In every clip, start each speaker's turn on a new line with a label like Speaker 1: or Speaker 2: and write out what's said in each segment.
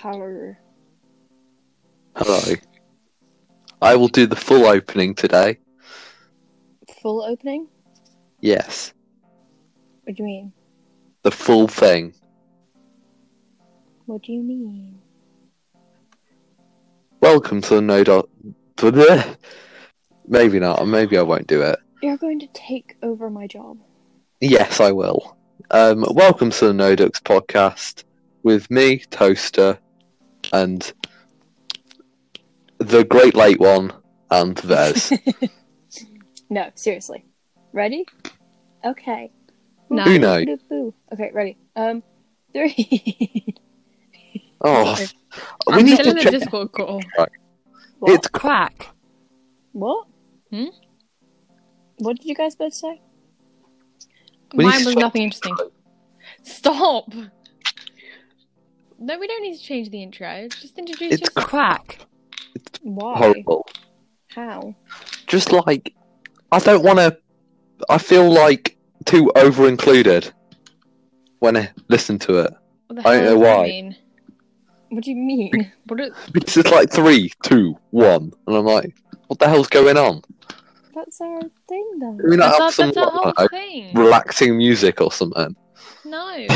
Speaker 1: Hello.
Speaker 2: Hello. I will do the full opening today.
Speaker 1: Full opening?
Speaker 2: Yes.
Speaker 1: What do you mean?
Speaker 2: The full thing.
Speaker 1: What do you mean?
Speaker 2: Welcome to the No Dot. Bleh. Maybe not. Maybe I won't do it.
Speaker 1: You're going to take over my job.
Speaker 2: Yes, I will. Um, welcome to the No Ducks podcast with me, Toaster, and the Great Late One, and theirs.
Speaker 1: No, seriously. Ready? Okay.
Speaker 3: No.
Speaker 2: Who knows?
Speaker 1: Boo. Okay, ready. Um, three.
Speaker 2: oh,
Speaker 1: Sorry.
Speaker 2: we
Speaker 3: I'm
Speaker 2: need
Speaker 3: still
Speaker 2: to
Speaker 3: in the
Speaker 2: check.
Speaker 3: Discord call.
Speaker 1: What?
Speaker 2: It's
Speaker 3: Quack.
Speaker 1: what?
Speaker 3: Hmm?
Speaker 1: What did you guys both say?
Speaker 2: We need
Speaker 3: Mine
Speaker 2: to
Speaker 3: was
Speaker 2: stop.
Speaker 3: nothing interesting. Stop. No, we don't need to change the intro. Just introduce
Speaker 2: It's
Speaker 3: yourself. Quack.
Speaker 1: Why?
Speaker 2: horrible.
Speaker 1: How?
Speaker 2: Just like I don't want to. I feel like too over included when I listen to it.
Speaker 3: What the
Speaker 2: I
Speaker 3: hell
Speaker 2: don't know
Speaker 3: does that
Speaker 2: why.
Speaker 3: mean?
Speaker 1: What do you mean?
Speaker 3: What it-
Speaker 2: It's just like three, two, one, and I'm like, what the hell's going on?
Speaker 1: That's our thing, though.
Speaker 2: Can we not
Speaker 3: that's,
Speaker 2: have
Speaker 3: our,
Speaker 2: some
Speaker 3: that's our whole
Speaker 2: like, I don't
Speaker 3: thing.
Speaker 2: know, relaxing music or something?
Speaker 3: No.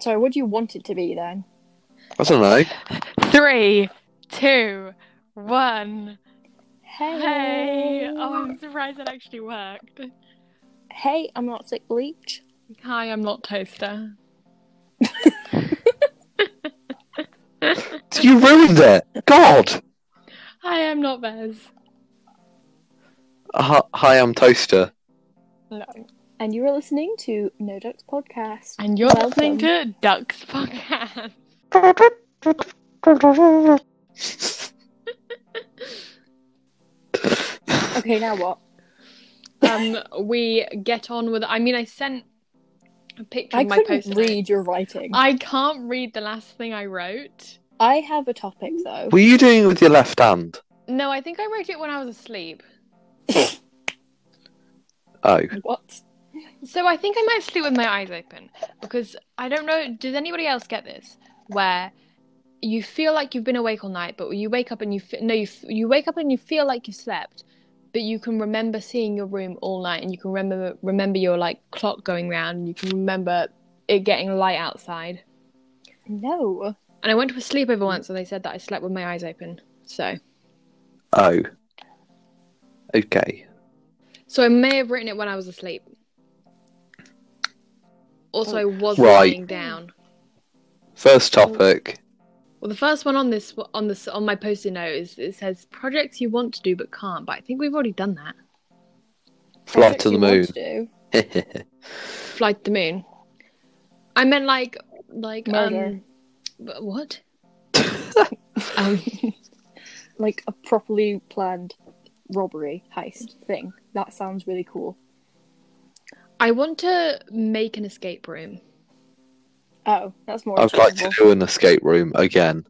Speaker 1: Sorry, what do you want it to be then?
Speaker 2: I don't know.
Speaker 3: Three, two, one. Oh,
Speaker 1: Hey.
Speaker 3: I'm surprised it actually worked.
Speaker 1: Hey, I'm not sick bleach.
Speaker 3: Hi, I'm not Toaster.
Speaker 2: You ruined it. God.
Speaker 3: Hi, I'm not Bez.
Speaker 2: Hi, hi, I'm Toaster.
Speaker 3: No.
Speaker 1: And you were listening to No Ducks Podcast.
Speaker 3: And you're
Speaker 1: Welcome.
Speaker 3: listening to Ducks Podcast.
Speaker 1: Okay, now what?
Speaker 3: um, we get on with. I mean, I sent a picture
Speaker 1: I
Speaker 3: of my
Speaker 1: couldn't
Speaker 3: post.
Speaker 1: read your writing.
Speaker 3: I can't read the last thing I wrote.
Speaker 1: I have a topic though.
Speaker 2: Were you doing it with your left hand?
Speaker 3: No, I think I wrote it when I was asleep.
Speaker 2: Oh,
Speaker 1: what?
Speaker 3: So I think I might sleep with my eyes open because I don't know. Does anybody else get this? Where you feel like you've been awake all night, but you wake up and you f- no, you, f- you wake up and you feel like you slept, but you can remember seeing your room all night, and you can remember remember your like clock going round, and you can remember it getting light outside.
Speaker 1: No.
Speaker 3: And I went to a sleepover once, and they said that I slept with my eyes open. So,
Speaker 2: oh. Okay.
Speaker 3: so I may have written it when I was asleep. Also, I was
Speaker 2: Right.
Speaker 3: lying down.
Speaker 2: First topic.
Speaker 3: Well, the first one on this on this on my post-it note is it says projects you want to do but can't. But I think we've already done that.
Speaker 2: Fly
Speaker 1: Projects
Speaker 2: to the
Speaker 1: you want
Speaker 2: moon.
Speaker 1: to do.
Speaker 3: Fly to the moon. I meant like like
Speaker 1: Murder.
Speaker 3: um wh- what? um,
Speaker 1: Like a properly planned robbery heist thing. That sounds really cool.
Speaker 3: I want to make an escape room.
Speaker 1: Oh, that's more
Speaker 2: I'd like to
Speaker 1: achievable.
Speaker 2: do an escape room again.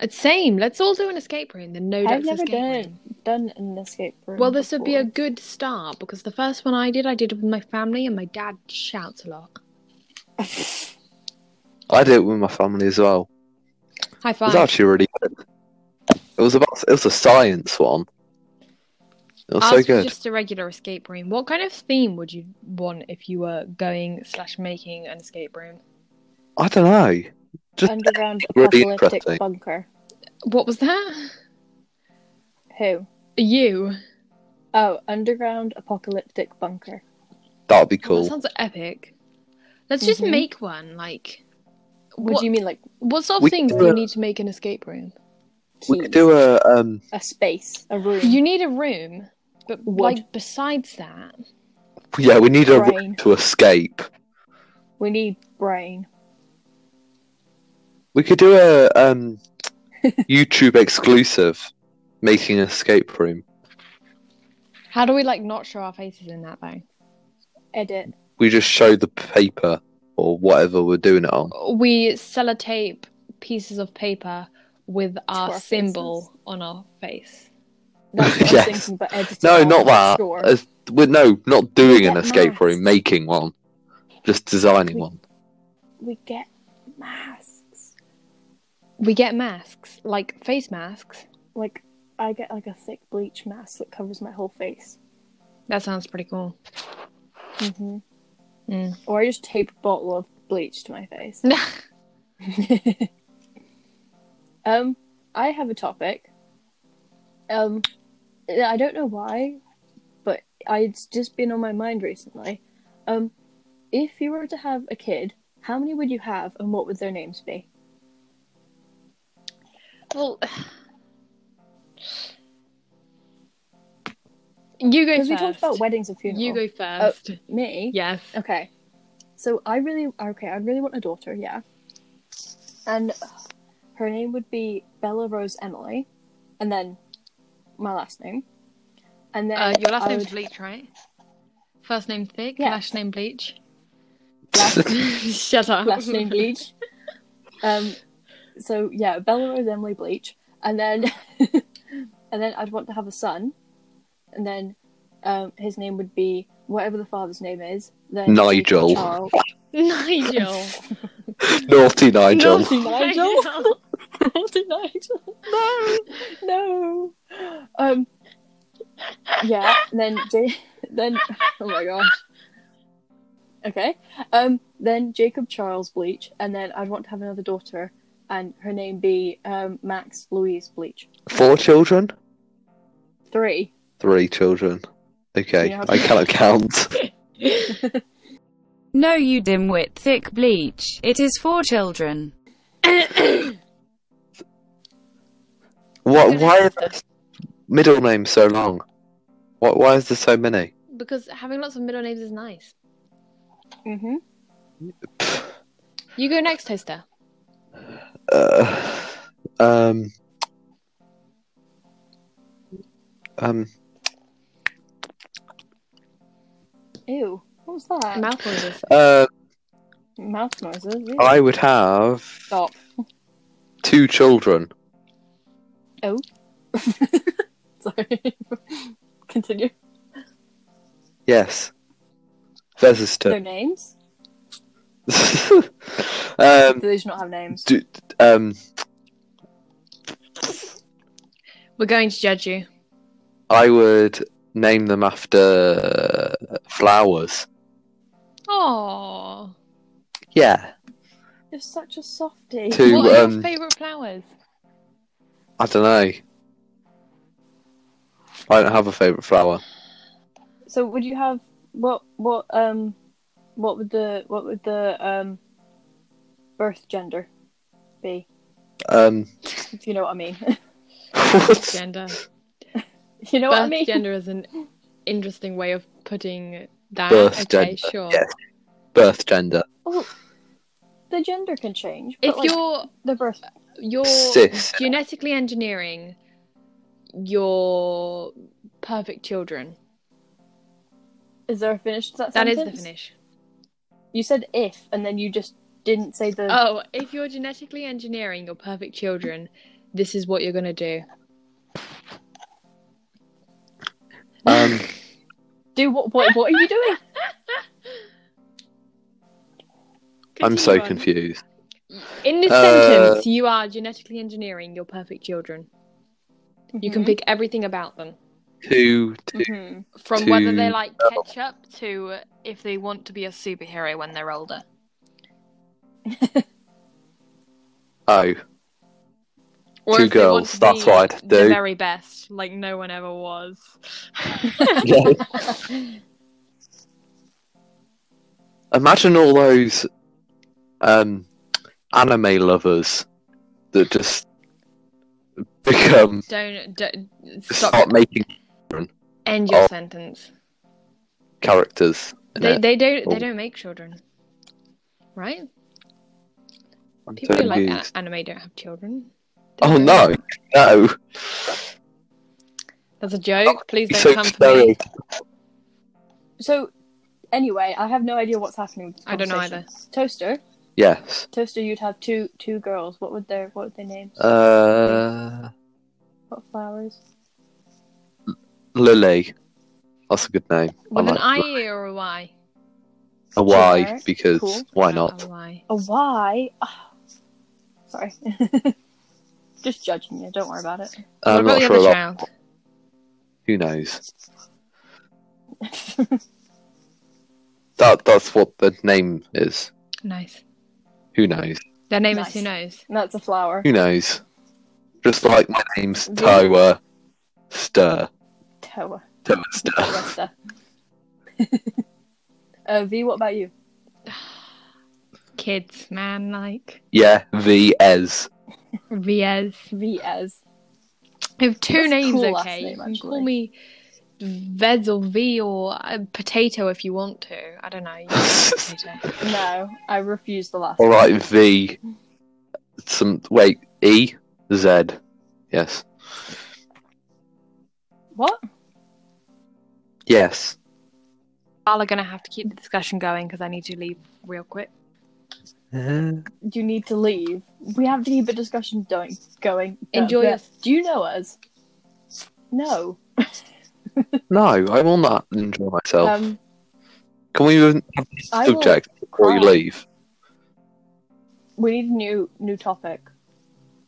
Speaker 3: It's same. Let's all do an escape room. The no
Speaker 1: I've
Speaker 3: Ducks
Speaker 1: never
Speaker 3: escape room.
Speaker 1: done done an escape room.
Speaker 3: Well, this would be a
Speaker 1: before.
Speaker 3: good start because the first one I did, I did it with my family, and my dad shouts a lot.
Speaker 2: I did it with my family as well.
Speaker 3: High
Speaker 2: It
Speaker 3: five.
Speaker 2: was actually really good. It was about. It was a science one. It was so
Speaker 3: Ours
Speaker 2: good.
Speaker 3: Just a regular escape room. What kind of theme would you want if you were going slash making an escape room?
Speaker 2: I don't know. Just
Speaker 1: underground
Speaker 2: really
Speaker 1: apocalyptic
Speaker 2: interesting.
Speaker 1: bunker.
Speaker 3: What was that?
Speaker 1: Who?
Speaker 3: You.
Speaker 1: Oh, underground apocalyptic bunker.
Speaker 2: that would be
Speaker 3: Cool.
Speaker 2: cool.
Speaker 3: That sounds epic. Let's just
Speaker 1: Mhm.
Speaker 3: make one. Like,
Speaker 1: What,
Speaker 3: what,
Speaker 1: do you mean, like
Speaker 3: what sort of
Speaker 2: We
Speaker 3: things
Speaker 2: could
Speaker 3: do
Speaker 2: do
Speaker 3: you
Speaker 2: a-
Speaker 3: need to make an escape room?
Speaker 2: we
Speaker 1: keys?
Speaker 2: could do a um,
Speaker 1: a space, a room,
Speaker 3: You need a room, but
Speaker 1: Wood.
Speaker 3: like besides that,
Speaker 2: yeah. We need a room
Speaker 1: Brain.
Speaker 2: to escape.
Speaker 1: We need brain.
Speaker 2: We could do a um, YouTube exclusive, making an escape room.
Speaker 3: how do we like not show our faces in that though?
Speaker 1: Edit.
Speaker 2: We just show the paper or whatever we're doing it on.
Speaker 3: we sellotape pieces of paper with our,
Speaker 1: our
Speaker 3: symbol
Speaker 1: faces.
Speaker 3: on our face.
Speaker 1: That's what I was
Speaker 2: Yes.
Speaker 1: thinking, but edit.
Speaker 2: No,
Speaker 1: it out,
Speaker 2: not that.
Speaker 1: Sure.
Speaker 2: As- we no, not doing an
Speaker 1: get
Speaker 2: escape room,
Speaker 1: masks.
Speaker 2: making one, just designing
Speaker 1: We-
Speaker 2: one.
Speaker 1: we get masks.
Speaker 3: We get masks, like face masks.
Speaker 1: Like I get like a thick bleach mask that covers my whole face.
Speaker 3: That sounds pretty cool.
Speaker 1: hmm
Speaker 3: Mm.
Speaker 1: Or I just tape a bottle of bleach to my face. um, I have a topic. Um, I don't know why, but I, it's just been on my mind recently. Um, if you were to have a kid, how many would you have, and what would their names be?
Speaker 3: well, you go
Speaker 1: Because
Speaker 3: first. Oh.
Speaker 1: we talked about weddings and funerals.
Speaker 3: you go first.
Speaker 1: Me?
Speaker 3: Yes.
Speaker 1: Okay. So I really okay, I really want a daughter, yeah. And her name would be Bella Rose Emily, and then my last name, and then
Speaker 3: Uh, your last
Speaker 1: I
Speaker 3: name's
Speaker 1: would-
Speaker 3: Bleach, right? First name Thick,
Speaker 1: Yeah.
Speaker 3: last name Bleach.
Speaker 1: last,
Speaker 3: Shut up.
Speaker 1: last name Bleach. Um, so yeah, Bella Rose Emily Bleach, and then and then I'd want to have a son, and then um, his name would be whatever the father's name is. Then
Speaker 2: Nigel.
Speaker 1: Charles.
Speaker 3: Nigel.
Speaker 2: Naughty Nigel.
Speaker 1: Naughty Nigel. Naughty Nigel.
Speaker 3: No.
Speaker 1: no. Um. Yeah. and Then J- then oh my gosh. Okay. Um. Then Jacob Charles Bleach, and then I'd want to have another daughter, and her name be um Max Louise Bleach.
Speaker 2: Four children?
Speaker 1: Three.
Speaker 2: Three children. Okay,
Speaker 1: Yeah.
Speaker 2: I cannot count.
Speaker 4: No, you dimwit, thick bleach. It is for children.
Speaker 2: What? Why are the middle names so long? What? Why is there so many?
Speaker 3: because having lots of middle names is nice.
Speaker 1: Mm-hmm.
Speaker 3: You go next, Toaster.
Speaker 2: Uh, um. Um.
Speaker 1: Ew. What was that?
Speaker 3: Mouth noises.
Speaker 2: Uh,
Speaker 1: Mouth noises. ew.
Speaker 2: I would have
Speaker 1: Stop.
Speaker 2: two children.
Speaker 1: Sorry. Continue.
Speaker 2: Yes. Vesister.
Speaker 1: Their names?
Speaker 2: um.
Speaker 1: Do they just not have names?
Speaker 2: Do, um.
Speaker 3: We're going to judge you.
Speaker 2: I would name them after flowers.
Speaker 3: Oh.
Speaker 2: Yeah.
Speaker 1: You're such a softie.
Speaker 2: Two.
Speaker 3: What are your
Speaker 2: um,
Speaker 3: favourite flowers?
Speaker 2: I don't know. I don't have a favorite flower.
Speaker 1: So would you have what what um what would the what would the um birth gender be?
Speaker 2: Um.
Speaker 1: If you know what I mean.
Speaker 2: what?
Speaker 3: Gender.
Speaker 1: you know what I
Speaker 3: Birth
Speaker 1: mean?
Speaker 3: gender is an interesting way of putting that.
Speaker 2: Birth
Speaker 3: okay,
Speaker 2: gender,
Speaker 3: sure.
Speaker 2: yes. Birth gender.
Speaker 1: Oh, The gender can change. But
Speaker 3: If
Speaker 1: like,
Speaker 3: you're
Speaker 1: the birth
Speaker 3: you're
Speaker 2: Cis.
Speaker 3: genetically engineering your perfect children,
Speaker 1: is there a finish to that
Speaker 3: that is
Speaker 1: sentence?
Speaker 3: the finish.
Speaker 1: You said if and then you just didn't say the
Speaker 3: Oh, if you're genetically engineering your perfect children, this is what you're gonna do.
Speaker 2: Um.
Speaker 1: do what what what are you doing?
Speaker 2: I'm so
Speaker 3: Continue on.
Speaker 2: confused.
Speaker 3: In this
Speaker 2: Uh,
Speaker 3: sentence, you are genetically engineering your perfect children. You
Speaker 1: Mm-hmm.
Speaker 3: can pick everything about them,
Speaker 2: Two.
Speaker 3: Mm.
Speaker 2: Two.
Speaker 1: Mhm.
Speaker 3: from whether they
Speaker 2: To-
Speaker 3: like ketchup to if they want to be a superhero when they're older.
Speaker 2: Oh.
Speaker 3: Or
Speaker 2: Two
Speaker 3: if they want
Speaker 2: girls,
Speaker 3: to
Speaker 2: that's
Speaker 3: be
Speaker 2: what I'd
Speaker 3: The
Speaker 2: do.
Speaker 3: very best, like no one ever was.
Speaker 2: Imagine all those um, anime lovers that just become
Speaker 3: don't, don't stop.
Speaker 2: start making
Speaker 3: End your
Speaker 2: Oh.
Speaker 3: sentence.
Speaker 2: characters. in
Speaker 3: They,
Speaker 2: it.
Speaker 3: they don't
Speaker 2: Oh.
Speaker 3: they don't make children, right?
Speaker 2: I'm
Speaker 3: People
Speaker 2: so
Speaker 3: who like a-
Speaker 2: confused.
Speaker 3: anime don't have children.
Speaker 2: Oh no, no!
Speaker 3: That's a joke. Please
Speaker 2: It's so
Speaker 3: don't come for me.
Speaker 2: scary.
Speaker 1: So anyway, I have no idea what's happening with this
Speaker 3: I don't know
Speaker 1: conversation.
Speaker 3: either.
Speaker 1: Toaster.
Speaker 2: Yes.
Speaker 1: Toaster you'd have two two girls. What would their what would their names?
Speaker 2: Uh,
Speaker 1: what flowers?
Speaker 2: Lily. That's a good name. I
Speaker 3: With an
Speaker 2: like
Speaker 3: I or a Y.
Speaker 2: A why?
Speaker 1: Alright,
Speaker 2: because
Speaker 1: cool.
Speaker 2: why
Speaker 3: Oh,
Speaker 2: not?
Speaker 3: why?
Speaker 1: A why? Oh, sorry. Just judging you. Don't worry about it.
Speaker 3: What
Speaker 2: I'm Um,
Speaker 3: about
Speaker 2: Uh, not
Speaker 3: the
Speaker 2: sure
Speaker 3: other
Speaker 2: about.
Speaker 3: child?
Speaker 2: Who knows? That that's what the name is.
Speaker 3: Nice.
Speaker 2: Who knows?
Speaker 3: Their name
Speaker 1: Nice.
Speaker 3: is Who Knows.
Speaker 1: That's a flower.
Speaker 2: Who knows? Just like my name's
Speaker 1: Yeah.
Speaker 2: Toa Stir.
Speaker 1: Toa.
Speaker 2: Toa Stir.
Speaker 1: Resta. uh, v, what about you?
Speaker 3: Kids, man, like
Speaker 2: Yeah, V Ez.
Speaker 3: Riez.
Speaker 1: V as.
Speaker 3: I have two
Speaker 1: That's a
Speaker 3: names,
Speaker 1: cool last
Speaker 3: okay?
Speaker 1: name,
Speaker 3: you can call
Speaker 1: actually.
Speaker 3: me Vez or V or uh, Potato if you want to. I don't know. You can call me potato.
Speaker 1: No, I refuse the last.
Speaker 2: All
Speaker 1: one.
Speaker 2: right, V. Some wait, E Z. Yes,
Speaker 1: What?
Speaker 2: yes.
Speaker 3: Y'all are going to have to keep the discussion going because I need to leave real quick.
Speaker 2: Uh-huh.
Speaker 1: You need to leave. We have to keep a discussion going. Going.
Speaker 3: Enjoy
Speaker 1: Yeah.
Speaker 3: your-
Speaker 1: Do you know us? No.
Speaker 2: no, I will not enjoy myself.
Speaker 1: Um,
Speaker 2: Can we even have this
Speaker 1: I will
Speaker 2: subject before you
Speaker 1: cry.
Speaker 2: leave?
Speaker 1: we need a new new topic.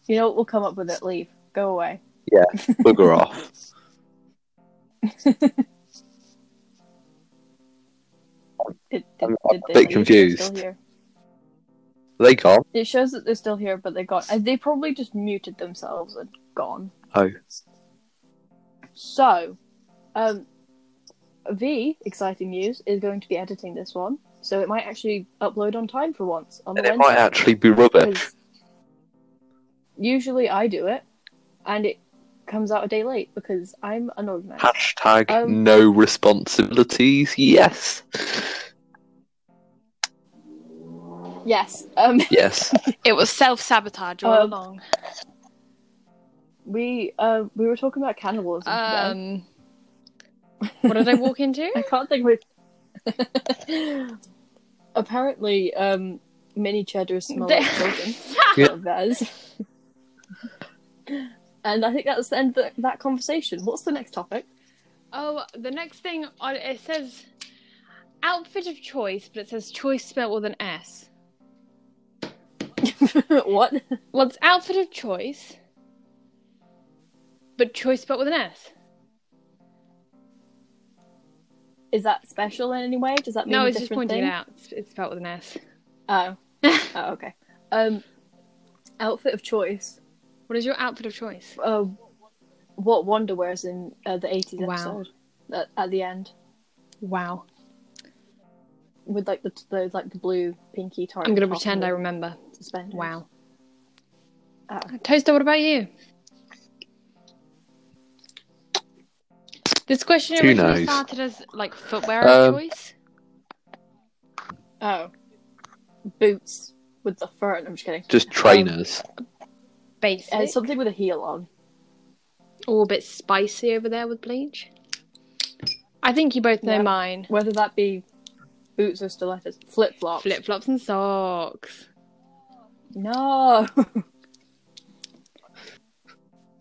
Speaker 1: You know what? We'll come up with it. Leave. Go away.
Speaker 2: Bugger off.
Speaker 1: It, did they
Speaker 2: I'm- I'm a bit
Speaker 1: leave? They're Still
Speaker 2: confused.
Speaker 1: here.
Speaker 2: They gone.
Speaker 1: It shows that they're still here, but they got. uh, They probably just muted themselves and gone.
Speaker 2: Oh.
Speaker 1: So, um, V, exciting news, is going to be editing this one, so it might actually upload on time for once on the
Speaker 2: And it
Speaker 1: Wednesday.
Speaker 2: might actually be rubbish.
Speaker 1: 'cause Usually I do it, and it comes out a day late because I'm unorganized.
Speaker 2: Hashtag
Speaker 1: Um,
Speaker 2: no responsibilities. Yes,
Speaker 1: Yes. Um.
Speaker 2: yes.
Speaker 3: It was self sabotage all
Speaker 1: Um,
Speaker 3: along.
Speaker 1: We uh, we were talking about cannibalism. today.
Speaker 3: Um, what did I walk into?
Speaker 1: I can't think of it. Apparently, um, mini cheddar smell like children.
Speaker 2: Yeah.
Speaker 1: Vez. and I think that's the end of the, that conversation. What's the next topic?
Speaker 3: Oh, the next thing on it says outfit of choice, but it says choice spelled with an S.
Speaker 1: what?
Speaker 3: Well, it's outfit of choice, but choice spelled with an S.
Speaker 1: Is that special in any way? Does that mean
Speaker 3: No,
Speaker 1: a
Speaker 3: it's just
Speaker 1: different
Speaker 3: pointing
Speaker 1: thing?
Speaker 3: it out. It's, it's spelled with an S.
Speaker 1: Oh. oh, okay. Um, outfit of choice.
Speaker 3: What is your outfit of choice?
Speaker 1: Uh, what Wanda wears in uh, the 80s
Speaker 3: Wow.
Speaker 1: episode at, at the end
Speaker 3: Wow.
Speaker 1: with like the, the like the blue pinky target.
Speaker 3: I'm going to pretend I remember.
Speaker 1: suspenders.
Speaker 3: Wow.
Speaker 1: Oh.
Speaker 3: Toaster, what about you? This question
Speaker 2: Who knows?
Speaker 3: originally started as like footwear of
Speaker 2: Um,
Speaker 3: choice.
Speaker 1: Oh. Boots with the fur. I'm just kidding.
Speaker 2: Just trainers.
Speaker 3: Basic.
Speaker 1: Uh, something with a heel on.
Speaker 3: all a bit spicy over there with bleach. I think you both know
Speaker 1: Yeah.
Speaker 3: mine.
Speaker 1: Whether that be boots or stilettos. Flip flops.
Speaker 3: Flip flops and socks.
Speaker 1: No.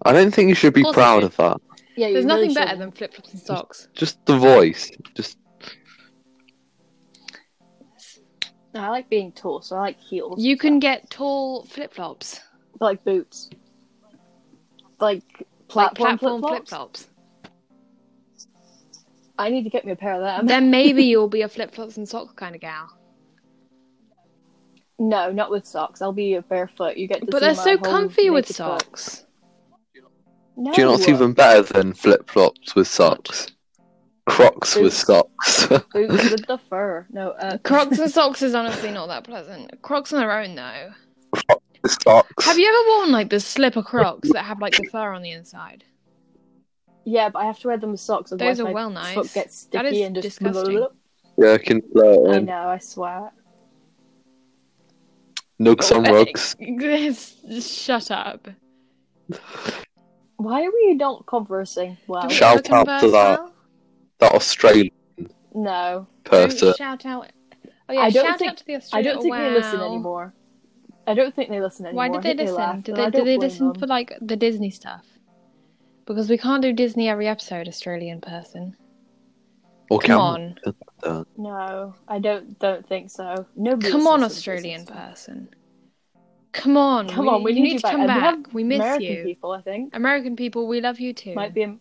Speaker 2: I don't think you should be
Speaker 3: Of course
Speaker 2: proud
Speaker 3: I
Speaker 2: of that.
Speaker 1: yeah, you
Speaker 3: There's
Speaker 1: really
Speaker 3: nothing better
Speaker 1: shouldn't.
Speaker 3: than flip flops and socks.
Speaker 2: Just the voice. Just
Speaker 1: No, I like being tall, so I like heels.
Speaker 3: You can get tall flip flops,
Speaker 1: But like boots. Like
Speaker 3: like
Speaker 1: platform,
Speaker 3: platform flip
Speaker 1: flip-flops.
Speaker 3: flops.
Speaker 1: I need to get me a pair of them.
Speaker 3: Then maybe you'll be a flip flops and socks kind of gal.
Speaker 1: no, not with socks. I'll be a barefoot. You get to
Speaker 3: But
Speaker 1: see
Speaker 3: they're
Speaker 1: my whole
Speaker 3: so comfy with
Speaker 1: naked butt.
Speaker 3: socks.
Speaker 1: No.
Speaker 2: do you know what's even better than flip flops with socks? Crocs with
Speaker 1: Boots.
Speaker 2: socks.
Speaker 1: Boots with the fur. No, uh,
Speaker 3: Crocs and socks is honestly not that pleasant. Crocs on their own though.
Speaker 2: socks.
Speaker 3: Have you ever worn like the slipper Crocs that have like the fur on the inside?
Speaker 1: Yeah, but I have to wear them with socks. Otherwise
Speaker 3: Those are
Speaker 1: my
Speaker 3: well nice.
Speaker 1: foot gets
Speaker 3: That
Speaker 1: sticky
Speaker 3: is
Speaker 1: and just
Speaker 3: disgusting.
Speaker 2: Jerkin
Speaker 1: I
Speaker 2: flirting.
Speaker 1: know, I swear.
Speaker 2: Nugs on rugs.
Speaker 3: Shut up.
Speaker 1: Why are we not conversing well?
Speaker 3: Do we
Speaker 2: Shout
Speaker 3: ever
Speaker 2: out to
Speaker 3: converse
Speaker 2: that
Speaker 3: well?
Speaker 2: That Australian
Speaker 1: No,
Speaker 2: person.
Speaker 3: Don't shout out. Oh yeah,
Speaker 1: I don't
Speaker 3: shout
Speaker 1: think-
Speaker 3: out to the
Speaker 1: I
Speaker 3: Australian.
Speaker 1: don't think they listen
Speaker 3: wow.
Speaker 1: anymore. I don't think they listen anymore.
Speaker 3: Why did
Speaker 1: I
Speaker 3: they
Speaker 1: think
Speaker 3: listen?
Speaker 1: laughed,
Speaker 3: Did
Speaker 1: and
Speaker 3: they,
Speaker 1: I
Speaker 3: did
Speaker 1: don't
Speaker 3: they
Speaker 1: blame
Speaker 3: listen
Speaker 1: them.
Speaker 3: for like the Disney stuff? Because we can't do Disney every episode, Australian person.
Speaker 2: Or
Speaker 3: Come
Speaker 2: Cam-
Speaker 3: on.
Speaker 2: done.
Speaker 1: No, I don't don't think so. Nobody.
Speaker 3: Come
Speaker 1: listens
Speaker 3: on,
Speaker 1: to this
Speaker 3: Australian
Speaker 1: stuff.
Speaker 3: person. Come on.
Speaker 1: Come on, we
Speaker 3: you
Speaker 1: need you
Speaker 3: to
Speaker 1: back.
Speaker 3: come
Speaker 1: And we
Speaker 3: back.
Speaker 1: have
Speaker 3: We miss
Speaker 1: American
Speaker 3: you.
Speaker 1: people, I think.
Speaker 3: American people, we love you too.
Speaker 1: Might be. A...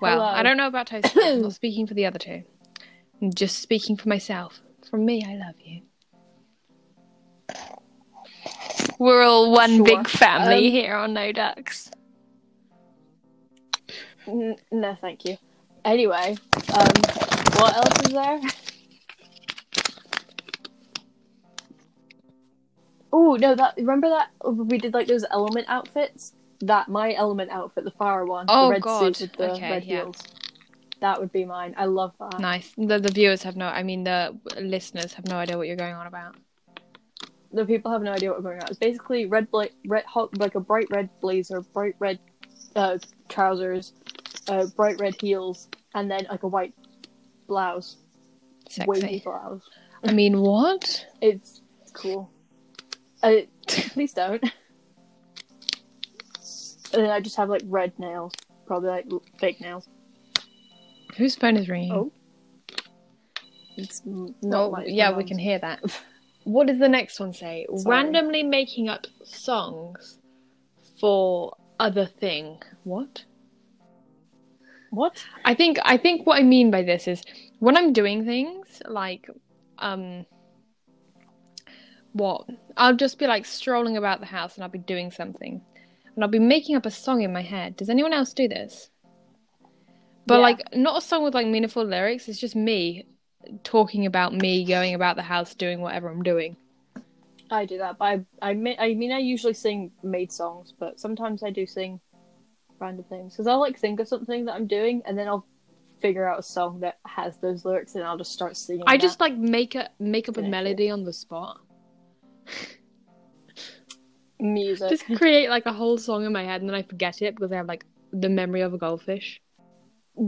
Speaker 3: well,
Speaker 1: Hello.
Speaker 3: I don't know about Toast. I'm not speaking for the other two. I'm just speaking for myself. From me, I love you. We're all one
Speaker 1: Sure.
Speaker 3: big family
Speaker 1: Um,
Speaker 3: here on No Ducks.
Speaker 1: N- no, thank you. Anyway, um, what else is there? Oh no! That remember that we did like those element outfits. That my element outfit, the fire one,
Speaker 3: Oh,
Speaker 1: the red
Speaker 3: God.
Speaker 1: suit with the
Speaker 3: Okay,
Speaker 1: red
Speaker 3: yeah.
Speaker 1: heels. That would be mine. I love that.
Speaker 3: Nice. The, the viewers have no, I mean, the listeners have no idea what you're going on about.
Speaker 1: the people have no idea what we're going on. It's basically red, bla- red, hot, like a bright red blazer, bright red uh, trousers, uh, bright red heels, and then like a white blouse, wavy
Speaker 3: Sexy.
Speaker 1: blouse.
Speaker 3: I mean, what?
Speaker 1: It's cool. Uh, please don't. And then I just have like red nails, probably like l- fake nails.
Speaker 3: Whose phone is ringing?
Speaker 1: Oh, It's n- not
Speaker 3: Well,
Speaker 1: like my
Speaker 3: yeah, we
Speaker 1: mum's.
Speaker 3: can hear that. What does the next one say?
Speaker 1: Sorry.
Speaker 3: Randomly making up songs for other thing. What?
Speaker 1: What?
Speaker 3: I think I think what I mean by this is when I'm doing things like um what I'll just be like strolling about the house and I'll be doing something and I'll be making up a song in my head. Does anyone else do this? But
Speaker 1: Yeah.
Speaker 3: like not a song with like meaningful lyrics, it's just me talking about me going about the house doing whatever I'm doing.
Speaker 1: I do that, but I I, mi- I mean I usually sing made songs, but sometimes I do sing random things because I like think of something that I'm doing and then I'll figure out a song that has those lyrics and I'll just start singing.
Speaker 3: I
Speaker 1: that.
Speaker 3: just like make a make up a
Speaker 1: Yeah, yeah.
Speaker 3: melody on the spot.
Speaker 1: music.
Speaker 3: Just create like a whole song in my head and then I forget it because I have like the memory of a goldfish.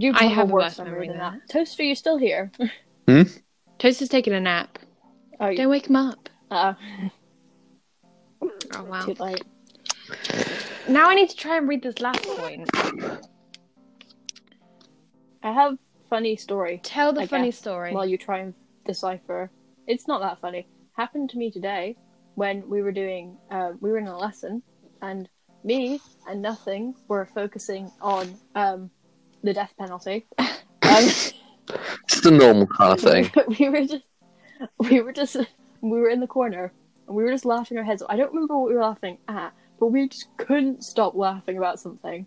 Speaker 1: you
Speaker 3: I
Speaker 1: have,
Speaker 3: have a
Speaker 1: a worse
Speaker 3: worse memory
Speaker 1: memory than
Speaker 3: than
Speaker 1: that. Toaster, you still here?
Speaker 3: Toast is taking a nap.
Speaker 1: Oh, you,
Speaker 3: Don't wake him up.
Speaker 1: uh,
Speaker 3: Oh wow.
Speaker 1: too late.
Speaker 3: Now I need to try and read this last point.
Speaker 1: I have funny story
Speaker 3: Tell the
Speaker 1: I
Speaker 3: funny
Speaker 1: guess.
Speaker 3: story.
Speaker 1: while you try and decipher. It's not that funny. Happened to me today when we were doing, uh, we were in a lesson, and me and nothing were focusing on um, the death penalty. um,
Speaker 2: It's the normal kind of thing.
Speaker 1: we were just, we were just, we were in the corner, and we were just laughing our heads. off. I don't remember what we were laughing at, but we just couldn't stop laughing about something.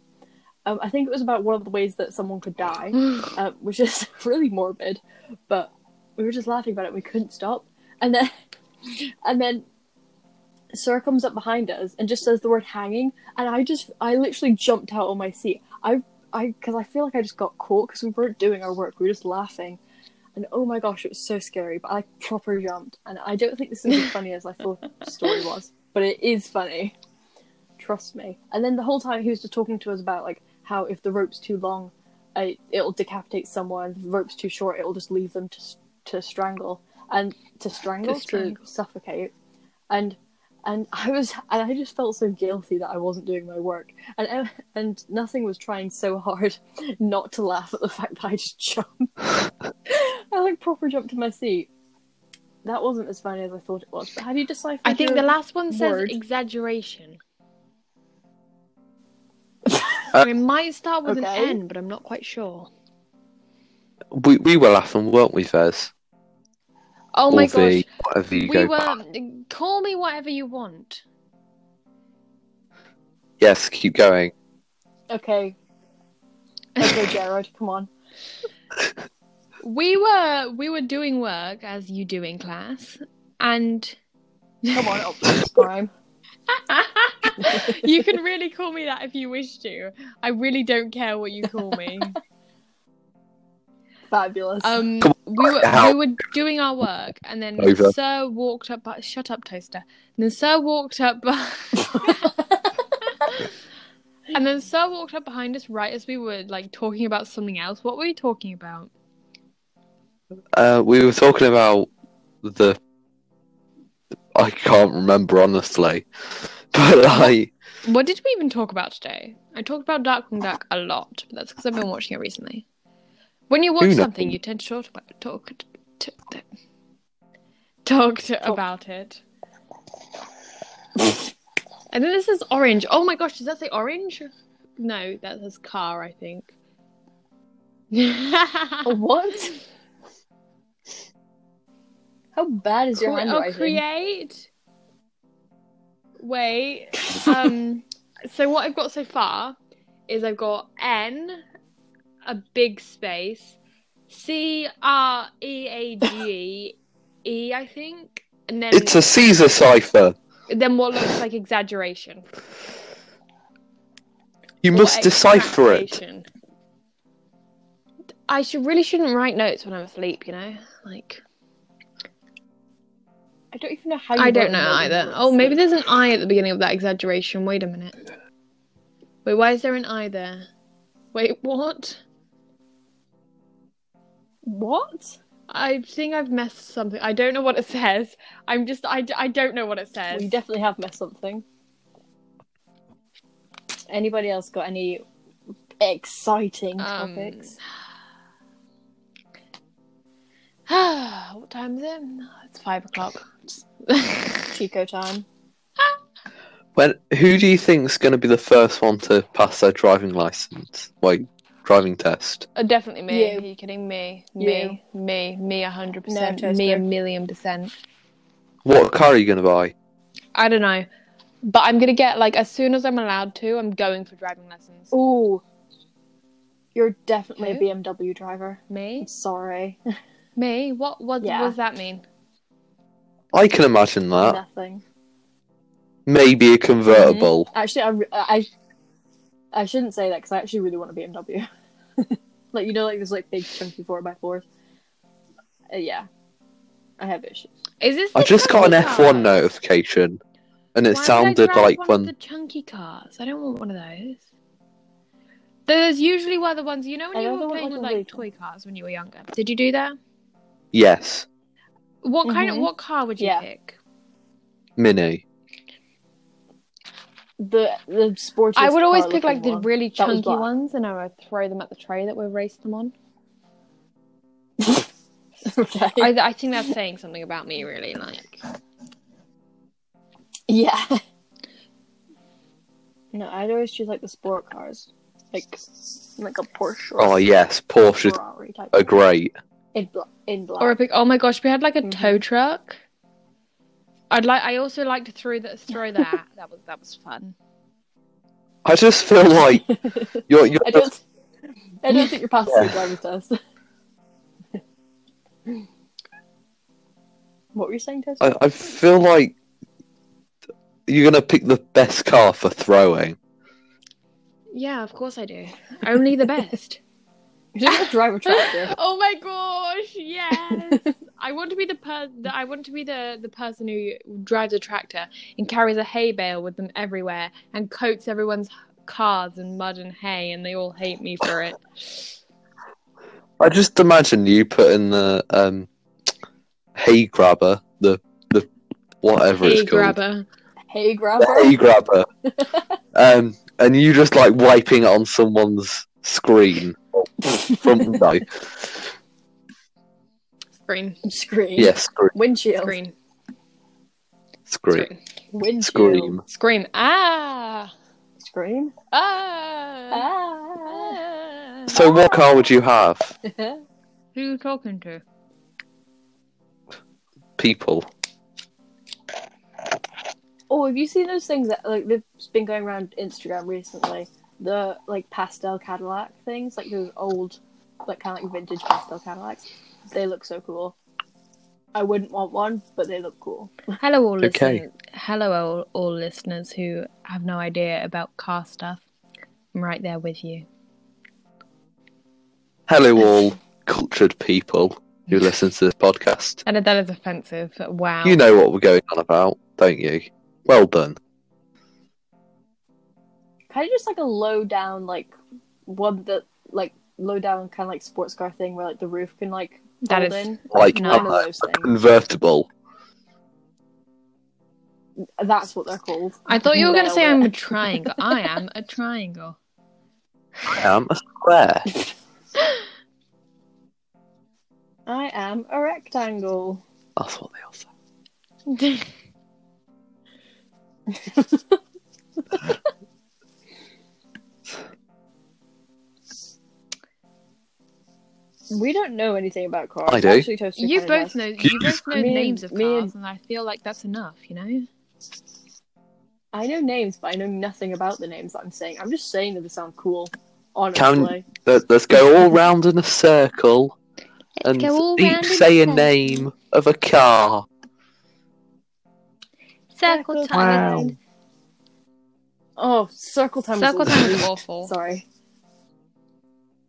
Speaker 1: Um, I think it was about one of the ways that someone could die uh, which is really morbid, but we were just laughing about it. We couldn't stop, and then and then Sir comes up behind us and just says the word hanging, and I just I literally jumped out on my seat. I I because I feel like I just got caught because we weren't doing our work. We were just laughing. And oh my gosh, it was so scary, but I proper jumped. And I don't think this is as funny as I thought the story was, but it is funny. Trust me. And then the whole time he was just talking to us about like how if the rope's too long, I, it'll decapitate someone. If the rope's too short, it'll just leave them to s- to strangle and to strangle to,
Speaker 3: strangle.
Speaker 1: suffocate. And and I was and I just felt so guilty that I wasn't doing my work. And Em- and nothing was trying so hard not to laugh at the fact that I just jumped. I like proper jumped to my seat. That wasn't as funny as I thought it was. But have you deciphered?
Speaker 3: I think
Speaker 1: your-
Speaker 3: the last one says
Speaker 1: word.
Speaker 3: exaggeration.
Speaker 2: Uh,
Speaker 3: it might start with
Speaker 1: okay.
Speaker 3: an N, but I'm not quite sure.
Speaker 2: We, we were laughing, weren't we, Fez?
Speaker 3: Oh my
Speaker 2: All the-
Speaker 3: gosh.
Speaker 2: whatever you
Speaker 3: We
Speaker 2: go.
Speaker 3: were call me whatever you want.
Speaker 2: Yes, keep going.
Speaker 1: Okay. Okay, Jared, come on.
Speaker 3: We were we were doing work as you do in class and
Speaker 1: Come on, obvious crime.
Speaker 3: you can really call me that if you wish to. I really don't care what you call me.
Speaker 1: Fabulous.
Speaker 3: Um,
Speaker 2: Come
Speaker 3: we were
Speaker 2: out.
Speaker 3: we were doing our work, and then
Speaker 2: Over.
Speaker 3: Sir walked up. By, shut up, toaster. And then Sir walked up. By, and then Sir walked up behind us right as we were like talking about something else. What were we talking about?
Speaker 2: Uh, we were talking about the. I can't remember honestly, but I
Speaker 3: What did we even talk about today? I talked about Darkwing Duck a lot, but that's because I've been watching it recently. When you watch
Speaker 2: knows?
Speaker 3: something, you tend to talk about talk t- t- talk to- about it. and then this is orange. Oh my gosh, does that say orange? No, that says car. I think.
Speaker 1: Oh, what? How bad is your
Speaker 3: Cre- oh,
Speaker 1: handwriting?
Speaker 3: create. Wait. Um. so what I've got so far is I've got N, a big space, C R E A G E, I think, and then
Speaker 2: It's a Caesar cipher.
Speaker 3: then what looks like exaggeration.
Speaker 2: You
Speaker 3: or
Speaker 2: must decipher it.
Speaker 3: extrapolation. I should really shouldn't write notes when I'm asleep. You know, like.
Speaker 1: I don't even know how. You
Speaker 3: I
Speaker 1: wrote
Speaker 3: don't know
Speaker 1: that
Speaker 3: either.
Speaker 1: in
Speaker 3: Oh, maybe
Speaker 1: this.
Speaker 3: there's an I at the beginning of that exaggeration. Wait a minute. Wait, why is there an I there? Wait, what?
Speaker 1: What?
Speaker 3: I think I've messed something. I don't know what it says. I'm just, I, d- I don't know what it says.
Speaker 1: We definitely have missed something. Anybody else got any exciting
Speaker 3: Um,
Speaker 1: topics?
Speaker 3: what time is it? It's five o'clock. Uh,
Speaker 1: Chico time.
Speaker 2: When who do you think's going to be the first one to pass their driving license? Wait, driving test.
Speaker 3: Uh, definitely me.
Speaker 1: You.
Speaker 3: Are you kidding me?
Speaker 1: You.
Speaker 3: Me, me, me, a hundred
Speaker 1: No,
Speaker 3: percent.
Speaker 1: Toaster.
Speaker 3: Me, a million percent.
Speaker 2: What car are you going to buy?
Speaker 3: I don't know, but I'm gonna get like as soon as I'm allowed to, I'm going for driving lessons.
Speaker 1: Ooh, you're definitely
Speaker 3: Who?
Speaker 1: a BMW driver.
Speaker 3: Me?
Speaker 1: I'm sorry,
Speaker 3: Me? What? What,
Speaker 1: Yeah.
Speaker 3: what does that mean?
Speaker 2: I can imagine that.
Speaker 1: nothing.
Speaker 2: Maybe a convertible.
Speaker 1: Actually, I, re- I, I shouldn't say that because I actually really want a BMW. like you know, like those like big chunky four by fours. Uh, yeah, I have issues.
Speaker 3: Is this?
Speaker 2: I
Speaker 3: the
Speaker 2: just got an
Speaker 3: chunky
Speaker 2: F1
Speaker 3: cars?
Speaker 2: notification, and it
Speaker 3: Why would I
Speaker 2: sounded
Speaker 3: grab
Speaker 2: like
Speaker 3: one
Speaker 2: when
Speaker 3: of the chunky cars. I don't want one of those. Those usually were the ones you know when
Speaker 1: I
Speaker 3: you
Speaker 1: also
Speaker 3: were
Speaker 1: want,
Speaker 3: playing
Speaker 1: like,
Speaker 3: with
Speaker 1: a
Speaker 3: like
Speaker 1: big
Speaker 3: toy cars when you were younger. Did you do that?
Speaker 2: yes,
Speaker 3: What kind of
Speaker 1: Mhm.
Speaker 3: what car would you
Speaker 1: Yeah.
Speaker 3: pick?
Speaker 2: Mini.
Speaker 1: The the sports.
Speaker 3: I would always pick like the
Speaker 1: one.
Speaker 3: really
Speaker 1: That was
Speaker 3: chunky
Speaker 1: black.
Speaker 3: ones, and I would throw them at the tray that we raced them on.
Speaker 1: okay.
Speaker 3: I, I think that's saying something about me, really. Like,
Speaker 1: Yeah. No, I'd always choose like the sport cars, like like a Porsche. Or
Speaker 2: Oh yes,
Speaker 1: a
Speaker 2: Porsche
Speaker 1: Ferrari type.
Speaker 2: are great.
Speaker 1: In, bla- in black.
Speaker 3: or a big. Oh my gosh, we had like a
Speaker 1: Mhm.
Speaker 3: tow truck. I'd like. I also liked to throw that. Throw that. that was that was fun.
Speaker 2: I just feel like you're you're
Speaker 1: I don't. I don't think you're passing the driver's test. what were you saying, Tess?
Speaker 2: I, I feel like you're gonna pick the best car for throwing.
Speaker 3: Yeah, of course I do. Only the best.
Speaker 1: You're doing a driver tractor.
Speaker 3: oh my gosh, yes. I want to be the per- the- I want to be the the person who drives a tractor and carries a hay bale with them everywhere and coats everyone's cars in mud and hay and they all hate me for it.
Speaker 2: I just imagine you putting the um, hay grabber, the the whatever
Speaker 3: hay
Speaker 2: it's called,
Speaker 3: grabber.
Speaker 1: Hey, grabber.
Speaker 2: the hay grabber, um, and you just like wiping it on someone's screen or front window.
Speaker 3: Screen.
Speaker 1: Scream.
Speaker 2: Yeah, scream,
Speaker 1: Windshield.
Speaker 3: Screen.
Speaker 2: scream,
Speaker 3: Screen.
Speaker 1: Windshield.
Speaker 2: scream.
Speaker 3: Scream. Ah.
Speaker 1: Scream.
Speaker 3: Ah.
Speaker 1: Ah.
Speaker 3: Ah.
Speaker 2: So, what car would you have?
Speaker 3: Who are you talking to?
Speaker 2: People.
Speaker 1: Oh, have you seen those things that like they've been going around Instagram recently? The like pastel Cadillac things, like those old, like kind of like vintage pastel Cadillacs. They look so cool. I wouldn't want one, but they look cool.
Speaker 3: Hello, all
Speaker 2: Okay.
Speaker 3: listeners. Hello, all, all listeners who have no idea about car stuff. I'm right there with you.
Speaker 2: Hello, all cultured people who listen to this podcast.
Speaker 3: And that is offensive. Wow.
Speaker 2: You know what we're going on about, don't you? Well done.
Speaker 1: Kind of just like a low down, like one that like low down kind of like sports car thing where like the roof can like
Speaker 3: That
Speaker 1: fold
Speaker 3: is-
Speaker 1: in.
Speaker 2: Like
Speaker 3: No.
Speaker 2: have
Speaker 1: One of
Speaker 2: a,
Speaker 1: those
Speaker 2: a
Speaker 1: things.
Speaker 2: convertible.
Speaker 1: That's what they're called.
Speaker 3: I thought you were going to
Speaker 1: Nailed
Speaker 3: say
Speaker 1: it.
Speaker 3: I'm a triangle. I am a triangle.
Speaker 2: I am a square.
Speaker 1: I am a rectangle.
Speaker 2: That's what they all say.
Speaker 1: We don't know anything about cars.
Speaker 2: I do.
Speaker 1: Actually, Toaster
Speaker 3: you
Speaker 1: kinda
Speaker 3: both
Speaker 1: does.
Speaker 3: know you both know
Speaker 1: Me and-
Speaker 3: names of
Speaker 1: me and-
Speaker 3: cars, and I feel like that's enough. You know.
Speaker 1: I know names, but I know nothing about the names that I'm saying. I'm just saying them to sound cool. Honestly.
Speaker 2: Let, let's go all round in a circle and
Speaker 3: go all
Speaker 2: each
Speaker 3: round in a
Speaker 2: say a
Speaker 3: circle.
Speaker 2: name of a car.
Speaker 1: Circle
Speaker 3: Circle
Speaker 2: Wow.
Speaker 3: time.
Speaker 1: Oh, circle time. was
Speaker 3: Circle time is
Speaker 1: awful.
Speaker 3: awful.
Speaker 1: Sorry.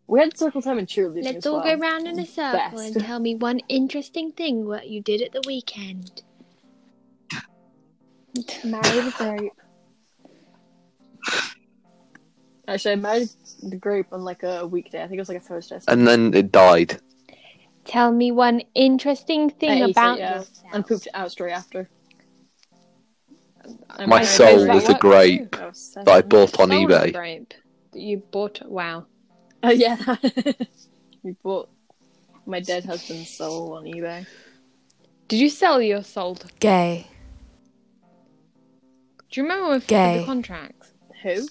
Speaker 1: We had circle time and cheerleading. as well.
Speaker 5: round in a
Speaker 1: circle and Best.
Speaker 5: tell me one interesting thing what you did at the weekend.
Speaker 1: Married a grape. Actually, I married the grape on like a weekday. I think it was like a Thursday.
Speaker 2: And then it died.
Speaker 5: Tell me one interesting
Speaker 1: I
Speaker 5: thing
Speaker 1: ate it,
Speaker 5: about
Speaker 1: yeah.
Speaker 5: yourself.
Speaker 1: and pooped it out straight after. I
Speaker 2: My
Speaker 1: might-
Speaker 2: soul
Speaker 1: that
Speaker 2: was a
Speaker 1: worked.
Speaker 2: grape
Speaker 1: I was seven.
Speaker 2: that I bought on
Speaker 3: Sold a
Speaker 2: eBay.
Speaker 3: grape that you bought. Wow.
Speaker 1: Oh yeah, we bought my dead husband's soul on eBay.
Speaker 3: Did you sell your soul? to-
Speaker 6: Gay.
Speaker 3: Do you remember with
Speaker 6: Gay.
Speaker 3: the contracts?
Speaker 1: Who?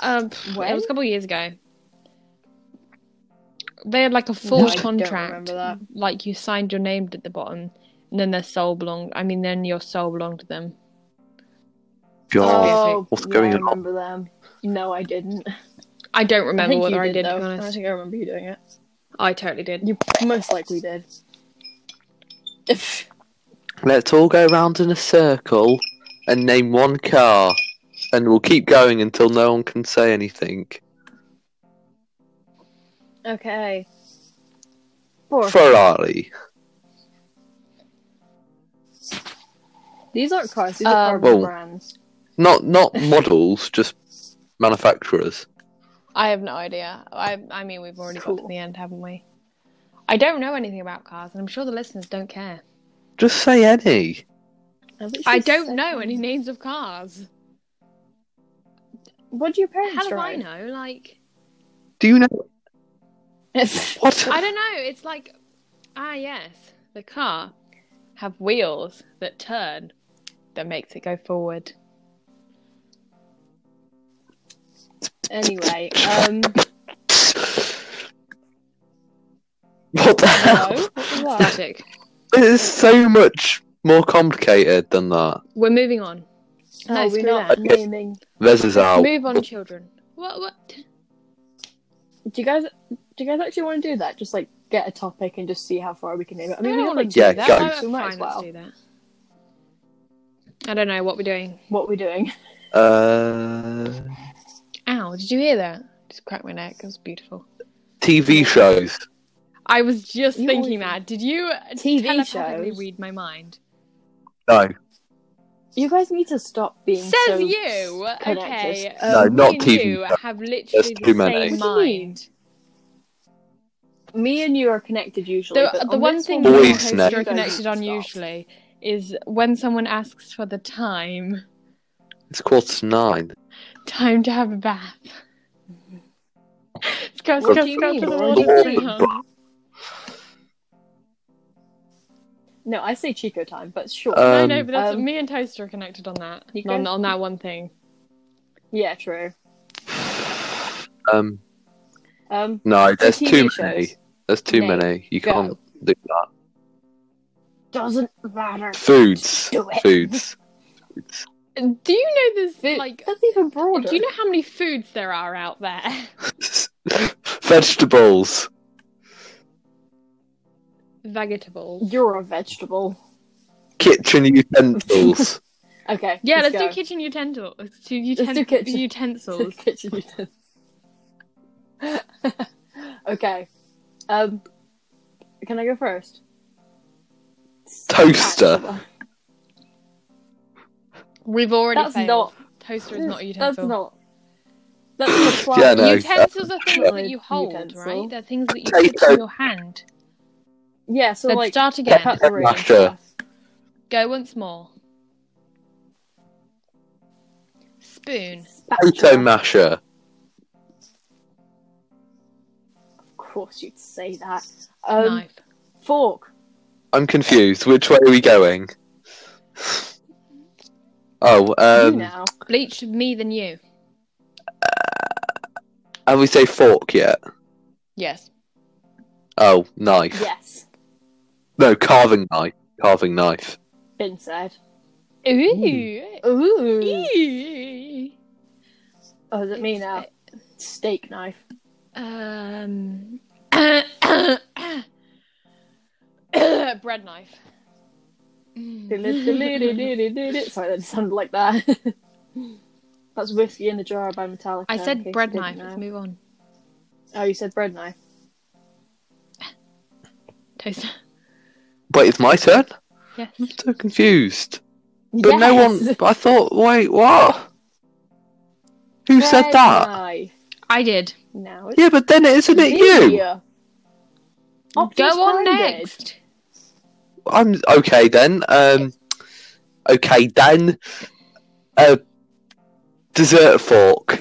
Speaker 3: Um, pff,
Speaker 1: When?
Speaker 3: it was a couple of years ago. They had like a full
Speaker 1: No, I don't
Speaker 3: contract.
Speaker 1: remember that.
Speaker 3: Like you signed your name at the bottom, and then their soul belonged. I mean, then your soul belonged to them.
Speaker 2: God.
Speaker 1: Oh,
Speaker 2: What's
Speaker 1: yeah,
Speaker 2: going
Speaker 1: I
Speaker 2: on?
Speaker 1: remember them. No, I didn't.
Speaker 3: I don't remember
Speaker 1: think
Speaker 3: whether
Speaker 1: you
Speaker 3: I did.
Speaker 1: though.
Speaker 3: to be
Speaker 1: I
Speaker 3: honest,
Speaker 1: think I remember you doing it.
Speaker 3: I totally did.
Speaker 1: You most likely did.
Speaker 2: Let's all go round in a circle and name one car. And we'll keep going until no one can say anything.
Speaker 1: okay. Four.
Speaker 2: Ferrari.
Speaker 1: These aren't cars. These are
Speaker 3: Um,
Speaker 1: car
Speaker 2: Whoa.
Speaker 1: brands.
Speaker 2: Not not models, just manufacturers.
Speaker 3: I have no idea. I I mean, we've already got
Speaker 1: Cool.
Speaker 3: to the end, haven't we? I don't know anything about cars, and I'm sure the listeners don't care.
Speaker 2: Just say any.
Speaker 3: I don't know any names of cars.
Speaker 1: What do your parents
Speaker 3: How do I
Speaker 1: drive?
Speaker 3: know? Like,
Speaker 2: Do you know what?
Speaker 3: I don't know. It's like, ah, yes, the car have wheels that turn that makes it go forward.
Speaker 1: anyway, um,
Speaker 2: What the hell?
Speaker 1: hello. What was that?
Speaker 3: Static.
Speaker 2: It is so much more complicated than that.
Speaker 3: We're moving on. No,
Speaker 1: Oh, we're
Speaker 3: screw
Speaker 1: not
Speaker 3: that.
Speaker 1: naming.
Speaker 2: This is out.
Speaker 3: Move on, children. What? What?
Speaker 1: Do you guys? Do you guys actually want to do that? Just like get a topic and just see how far we can name it. I mean,
Speaker 3: I
Speaker 1: we have
Speaker 3: don't wanna
Speaker 1: like
Speaker 3: do
Speaker 2: Yeah,
Speaker 3: that.
Speaker 2: go.
Speaker 3: Oh,
Speaker 1: So we might
Speaker 3: fine,
Speaker 1: as
Speaker 3: let's
Speaker 1: well.
Speaker 3: do that. I don't know what we're doing.
Speaker 1: what we're doing.
Speaker 2: Uh,
Speaker 3: Ow! Did you hear that? Just cracked my neck. It was beautiful.
Speaker 2: TV shows.
Speaker 3: I was just
Speaker 1: You always-
Speaker 3: thinking that. Did you
Speaker 1: TV
Speaker 3: telepathically
Speaker 1: shows?
Speaker 3: read my mind?
Speaker 2: No,
Speaker 1: You guys need to stop being
Speaker 3: Says
Speaker 1: so
Speaker 3: you.
Speaker 1: connected.
Speaker 3: Okay.
Speaker 2: No,
Speaker 3: um,
Speaker 2: not
Speaker 3: me and
Speaker 2: TV
Speaker 3: You
Speaker 2: shows.
Speaker 3: have literally
Speaker 2: There's
Speaker 3: the
Speaker 2: too
Speaker 3: same
Speaker 2: many.
Speaker 1: What do you
Speaker 3: mind.
Speaker 1: Me and you are connected usually.
Speaker 3: The, uh,
Speaker 1: but
Speaker 3: the
Speaker 1: on
Speaker 3: one
Speaker 1: this
Speaker 3: thing
Speaker 1: one,
Speaker 3: that
Speaker 1: we're
Speaker 2: Boys
Speaker 3: you
Speaker 1: not
Speaker 2: Snap.
Speaker 3: hosts
Speaker 1: connected.
Speaker 3: are
Speaker 1: You guys
Speaker 3: connected on
Speaker 1: stop.
Speaker 3: usually is when someone asks for the time.
Speaker 2: it's quarter to nine.
Speaker 3: Time to have a bath. Scrub,
Speaker 1: What
Speaker 3: scrub,
Speaker 1: do you
Speaker 3: scrub
Speaker 1: mean?
Speaker 3: to the
Speaker 1: What do
Speaker 3: water's
Speaker 1: you mean?
Speaker 3: down.
Speaker 1: No, I say Chico time, but sure.
Speaker 2: Uh, Um,
Speaker 3: No, no, but that's
Speaker 1: Um,
Speaker 3: me and Toaster are connected on that.
Speaker 1: You
Speaker 3: On,
Speaker 1: go.
Speaker 3: on that one thing.
Speaker 1: yeah, true.
Speaker 2: Um,
Speaker 1: Um,
Speaker 2: no, there's
Speaker 1: TV
Speaker 2: too
Speaker 1: shows.
Speaker 2: many. There's too
Speaker 1: Name.
Speaker 2: many. You
Speaker 1: Go.
Speaker 2: can't do that.
Speaker 1: doesn't matter.
Speaker 2: Foods.
Speaker 1: Do it.
Speaker 2: Foods.
Speaker 3: Do you know there's
Speaker 1: Food-
Speaker 3: like
Speaker 1: that's even broader.
Speaker 3: do you know how many foods there are out there?
Speaker 2: Vegetables.
Speaker 3: Vegetables.
Speaker 1: You're a vegetable.
Speaker 2: Kitchen utensils.
Speaker 1: Okay.
Speaker 3: Yeah, let's,
Speaker 1: let's,
Speaker 3: do kitchen utensils. To
Speaker 1: do
Speaker 3: uten-
Speaker 1: kitchen-
Speaker 3: utensils.
Speaker 1: kitchen utensils. okay. Um, can I go first?
Speaker 2: Toaster.
Speaker 3: We've already
Speaker 1: That's
Speaker 3: failed.
Speaker 1: not-
Speaker 3: Toaster is not a
Speaker 1: That's
Speaker 3: utensil.
Speaker 1: not. That's the plan.
Speaker 2: Yeah, no.
Speaker 3: Utensils are things
Speaker 1: Like
Speaker 3: that you hold,
Speaker 1: utensil.
Speaker 3: right? They're things that you
Speaker 2: Potato.
Speaker 3: put in your hand.
Speaker 1: Yeah, so
Speaker 3: Let's
Speaker 1: like
Speaker 3: start again.
Speaker 1: cutlery and
Speaker 2: Masher.
Speaker 1: stuff.
Speaker 3: Go once more. Spoon.
Speaker 2: Potato masher.
Speaker 1: Of course you'd say that. Um,
Speaker 3: Knife.
Speaker 1: Fork.
Speaker 2: I'm confused. Which way are we going? Oh,
Speaker 1: you
Speaker 2: um,
Speaker 1: now.
Speaker 3: Bleach me than you.
Speaker 2: have we say fork yet?
Speaker 3: Yes.
Speaker 2: Oh, knife.
Speaker 1: Yes.
Speaker 2: No, carving knife. Carving knife.
Speaker 1: Been said.
Speaker 3: Ooh.
Speaker 1: Ooh.
Speaker 3: Eee.
Speaker 1: Oh, is it me now?
Speaker 3: It's-
Speaker 1: Steak knife.
Speaker 3: Um. Bread knife.
Speaker 1: Sorry, that sounded like that. That's whiskey in the jar by Metallica.
Speaker 3: I
Speaker 1: in
Speaker 3: said
Speaker 1: case
Speaker 3: bread
Speaker 1: you
Speaker 3: knife.
Speaker 1: didn't
Speaker 3: Let's
Speaker 1: know.
Speaker 3: move on.
Speaker 1: Oh, you said bread knife.
Speaker 3: Toaster.
Speaker 2: Wait, it's my turn?
Speaker 3: Yes.
Speaker 2: I'm so confused. But no
Speaker 1: Yes!
Speaker 2: one. I thought. Wait, what? Who said
Speaker 1: Bread
Speaker 2: that?
Speaker 1: Knife.
Speaker 3: I did.
Speaker 1: Now it's
Speaker 2: Yeah, but then isn't it you?
Speaker 1: media. Optimus
Speaker 3: Go on
Speaker 1: Prime did.
Speaker 3: next.
Speaker 2: I'm okay then. Um, okay then. A dessert fork.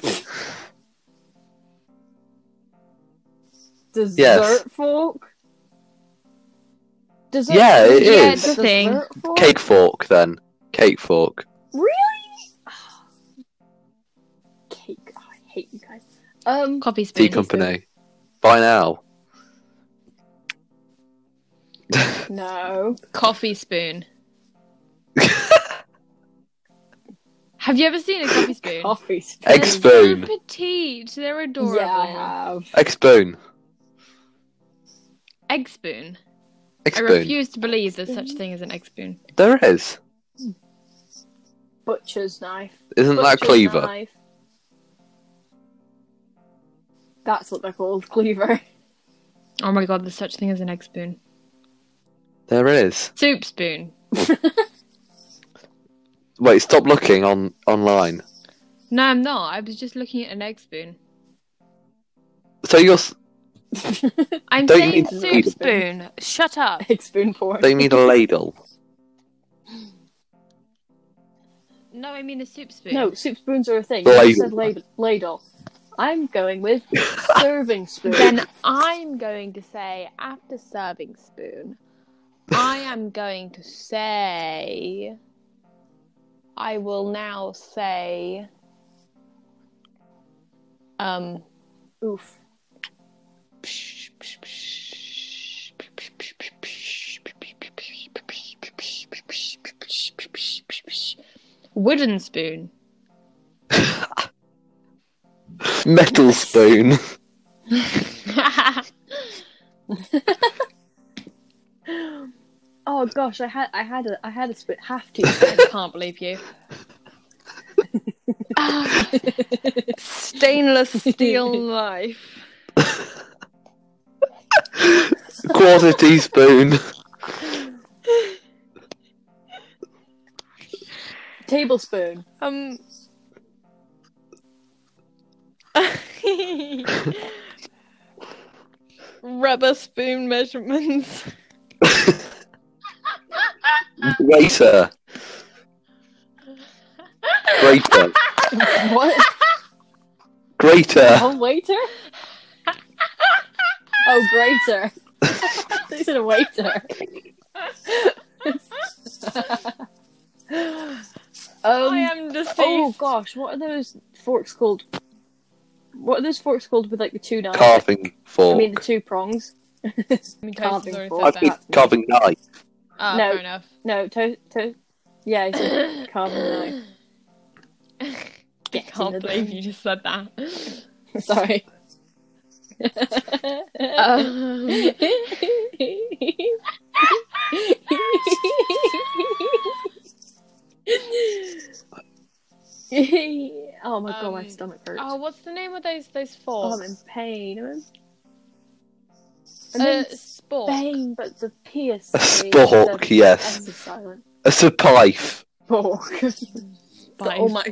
Speaker 1: Dessert
Speaker 2: Yes.
Speaker 1: fork. Dessert
Speaker 2: Yeah,
Speaker 1: fork?
Speaker 2: it Yeah, is.
Speaker 3: it's a thing.
Speaker 1: Dessert fork?
Speaker 2: Cake fork then. Cake fork.
Speaker 1: Cake. Oh, I hate you guys. Um,
Speaker 3: Coffee
Speaker 2: Tea
Speaker 3: spoon.
Speaker 2: company. By now.
Speaker 1: no.
Speaker 3: Coffee spoon. Have you ever seen a coffee spoon?
Speaker 1: Coffee. spoon.
Speaker 2: Egg spoon.
Speaker 3: They're petite. They're adorable.
Speaker 1: Yeah, I have.
Speaker 2: Egg spoon.
Speaker 3: Egg spoon.
Speaker 2: Egg
Speaker 3: I
Speaker 2: spoon.
Speaker 3: refuse to believe there's such a thing as an egg spoon.
Speaker 2: There is.
Speaker 1: Butcher's knife.
Speaker 2: Isn't that
Speaker 1: Butcher's
Speaker 2: cleaver?
Speaker 1: knife. That's what they're called, cleaver.
Speaker 3: Oh my god, there's such a thing as an egg spoon.
Speaker 2: There is.
Speaker 3: Soup spoon.
Speaker 2: Wait, stop looking on online.
Speaker 3: No, I'm not. I was just looking at an egg spoon.
Speaker 2: So you're. s-
Speaker 3: I'm
Speaker 2: Don't
Speaker 3: saying
Speaker 1: you-
Speaker 3: soup spoon. Shut up.
Speaker 1: Egg spoon fork.
Speaker 2: They need a ladle.
Speaker 3: No, I mean a soup spoon.
Speaker 1: No, soup spoons are a thing. You
Speaker 2: Ladle.
Speaker 1: said lad- ladle. I'm going with serving spoon.
Speaker 3: Then I'm going to say after serving spoon, I am going to say. I will now say. Um.
Speaker 1: Oof.
Speaker 3: Wooden spoon.
Speaker 2: Metal spoon.
Speaker 1: Oh gosh, I had I had a I had a spoon half teaspoon.
Speaker 3: I can't believe you. Ah, stainless steel knife.
Speaker 2: Quarter teaspoon.
Speaker 1: tablespoon.
Speaker 3: Um. Rubber spoon measurements.
Speaker 2: Racer. Grater.
Speaker 1: What?
Speaker 2: Grater.
Speaker 1: Oh waiter? Oh grater. they said a waiter. um,
Speaker 3: I am deceased.
Speaker 1: oh gosh, what are those forks called? What are those forks called with like the two knives?
Speaker 2: Carving
Speaker 1: I
Speaker 2: fork.
Speaker 1: mean the two prongs.
Speaker 3: I mean,
Speaker 1: Carving
Speaker 3: Toasters already
Speaker 1: board.
Speaker 2: I
Speaker 3: said
Speaker 2: mean,
Speaker 3: that.
Speaker 2: carving knife.
Speaker 3: Ah,
Speaker 1: No.
Speaker 3: fair enough.
Speaker 1: No, to to yeah, I said carving knife.
Speaker 3: I can't
Speaker 1: in the
Speaker 3: believe
Speaker 1: bin.
Speaker 3: you just said that.
Speaker 1: Sorry.
Speaker 5: Uh,
Speaker 3: Um,
Speaker 1: oh my god, my
Speaker 3: Um,
Speaker 1: stomach hurts.
Speaker 3: oh, what's the name of those those
Speaker 1: Oh,
Speaker 3: four?
Speaker 1: I'm in pain. I'm in, I'm
Speaker 3: uh,
Speaker 1: in
Speaker 3: spork.
Speaker 1: pain, but the P is
Speaker 2: A
Speaker 1: silent.
Speaker 2: spork,
Speaker 1: The
Speaker 2: yes.
Speaker 1: S is silent.
Speaker 2: A surpife.
Speaker 1: Spork.
Speaker 3: Spice.
Speaker 1: oh my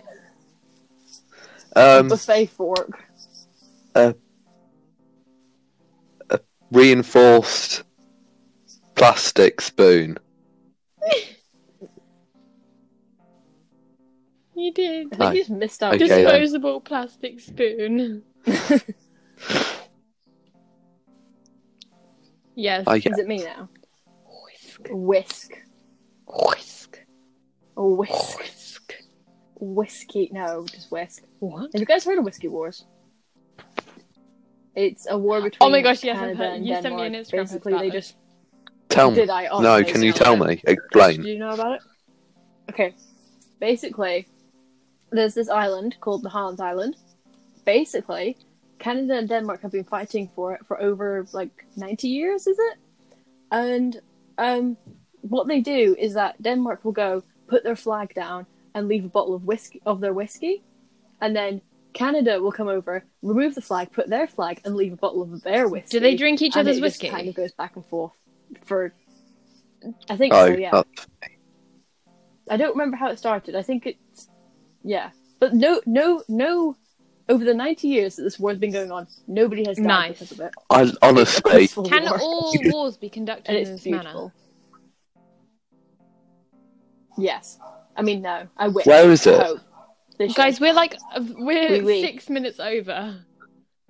Speaker 2: Um,
Speaker 1: buffet fork.
Speaker 2: reinforced plastic spoon.
Speaker 3: You did.
Speaker 1: I think
Speaker 2: Right.
Speaker 1: you just missed out.
Speaker 2: Okay, then.
Speaker 3: Disposable plastic spoon. Yes.
Speaker 2: I get
Speaker 1: Is it me now?
Speaker 3: Whisk.
Speaker 1: Whisk.
Speaker 3: Whisk.
Speaker 1: Whisk.
Speaker 3: Whisk.
Speaker 1: Whiskey. No, just whisk.
Speaker 3: What?
Speaker 1: Have you guys heard of Whiskey Wars? It's a war between.
Speaker 3: Oh my gosh, yes, I've
Speaker 1: Canada
Speaker 3: heard.
Speaker 1: and
Speaker 3: You sent me an
Speaker 1: Denmark.
Speaker 3: Instagram. post
Speaker 1: Basically,
Speaker 3: about
Speaker 1: they
Speaker 3: this.
Speaker 1: just
Speaker 2: Tell me.
Speaker 1: did I.
Speaker 2: No,
Speaker 1: honestly
Speaker 2: can you
Speaker 1: know
Speaker 2: tell
Speaker 1: it?
Speaker 2: me?
Speaker 1: Do
Speaker 2: Explain.
Speaker 1: you know about it? Okay. Basically, there's this island called the Hans Island. Basically, Canada and Denmark have been fighting for it for over like 90 years, is it? And um, what they do is that Denmark will go put their flag down and leave a bottle of whiskey of their whiskey, and then Canada will come over, remove the flag, put their flag, and leave a bottle of their whiskey.
Speaker 3: Do they drink each
Speaker 1: And
Speaker 3: other's
Speaker 1: it just
Speaker 3: whiskey?
Speaker 1: Kind of goes back and forth for. I think
Speaker 2: Oh,
Speaker 1: so. Yeah.
Speaker 2: that's-
Speaker 1: I don't remember how it started. I think it's yeah, but no, no, no. Over the ninety years that this war's been going on, nobody has died
Speaker 3: Nice.
Speaker 1: because of it.
Speaker 2: I honestly,
Speaker 1: Peaceful
Speaker 3: Can
Speaker 1: war.
Speaker 3: all wars be conducted
Speaker 1: And
Speaker 3: in
Speaker 1: it's
Speaker 3: this manner?
Speaker 1: beautiful. Yes, I mean no. I wish.
Speaker 2: Where is
Speaker 1: I
Speaker 2: it?
Speaker 1: hope. They should.
Speaker 3: Guys, we're like uh, we're
Speaker 1: Oui, oui.
Speaker 3: six minutes over.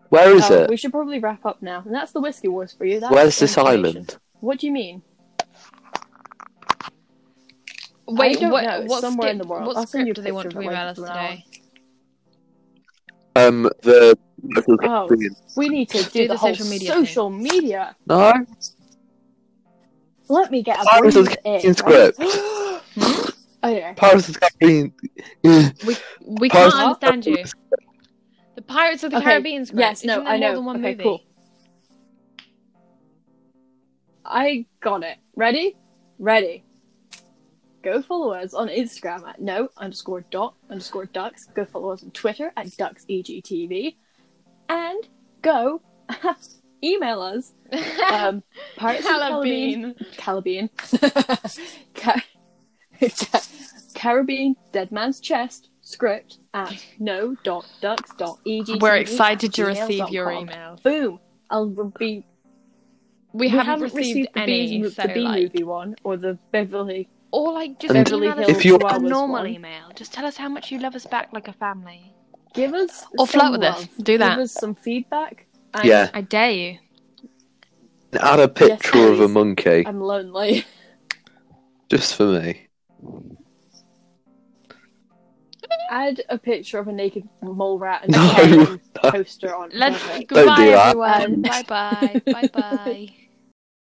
Speaker 2: where is
Speaker 1: Oh,
Speaker 2: it?
Speaker 1: We should probably wrap up now. And that's the whiskey wars for you. That's
Speaker 2: Where's this
Speaker 1: information.
Speaker 2: island?
Speaker 1: What do you mean?
Speaker 3: Wait,
Speaker 1: don't
Speaker 3: what,
Speaker 1: know. It's
Speaker 3: what
Speaker 1: somewhere in
Speaker 3: skip-
Speaker 1: the world. I'll
Speaker 3: What
Speaker 1: send you
Speaker 3: script
Speaker 1: a
Speaker 3: do they want
Speaker 1: picture of
Speaker 3: to
Speaker 1: it
Speaker 3: email
Speaker 1: later
Speaker 3: us
Speaker 1: for an hour.
Speaker 3: today?
Speaker 2: Um, the
Speaker 1: Oh. We need to do,
Speaker 3: Do
Speaker 1: the,
Speaker 3: the
Speaker 1: whole
Speaker 3: social media thing.
Speaker 1: social media.
Speaker 2: no,
Speaker 1: Let me get a
Speaker 2: Pirates of
Speaker 1: breathe
Speaker 2: the
Speaker 1: in.
Speaker 2: Caribbean script.
Speaker 1: okay.
Speaker 2: Pirates of the Caribbean.
Speaker 3: We we
Speaker 2: Pirates
Speaker 3: can't
Speaker 2: of the
Speaker 3: understand you.
Speaker 2: Caribbean.
Speaker 3: The Pirates of the
Speaker 1: Okay,
Speaker 3: Caribbean script.
Speaker 1: yes, no,
Speaker 3: Isn't there
Speaker 1: I
Speaker 3: more
Speaker 1: know.
Speaker 3: Than one
Speaker 1: Okay,
Speaker 3: movie?
Speaker 1: cool. I got it. Ready? Ready. Go follow us on Instagram at no underscore dot underscore ducks. Go follow us on Twitter at ducksegtv. And go email us um, pirates of the Caribbean-
Speaker 3: Caribbean.
Speaker 1: Caribbean. Ca- Ca- Caribbean Dead Man's Chest script at no.ducks.eg.
Speaker 3: We're excited to receive your emails.
Speaker 1: Boom! I'll be.
Speaker 3: We, haven't, received,
Speaker 1: the
Speaker 3: any.
Speaker 1: B, mo-
Speaker 3: so
Speaker 1: the B
Speaker 3: like,
Speaker 1: movie one or the Beverly.
Speaker 3: or like just
Speaker 2: And
Speaker 1: Beverly
Speaker 3: email us
Speaker 1: Hills
Speaker 2: If you-
Speaker 3: a
Speaker 1: Chihuahuas
Speaker 3: normal
Speaker 1: one.
Speaker 3: email. Just tell us how much you love us back like a family.
Speaker 1: Give us
Speaker 3: Or
Speaker 1: some
Speaker 3: flirt with us.
Speaker 1: love.
Speaker 3: Do that.
Speaker 1: Give us some feedback. And
Speaker 2: Yeah,
Speaker 3: I dare you.
Speaker 2: add a picture of a
Speaker 1: please.
Speaker 2: monkey
Speaker 1: I'm lonely.
Speaker 2: just for me.
Speaker 1: Add a picture of a naked mole rat and
Speaker 2: No.
Speaker 1: a Karen poster on.
Speaker 3: Let's
Speaker 1: Perfect.
Speaker 3: goodbye
Speaker 2: do that.
Speaker 3: everyone.
Speaker 1: Um,
Speaker 3: bye bye. Bye bye.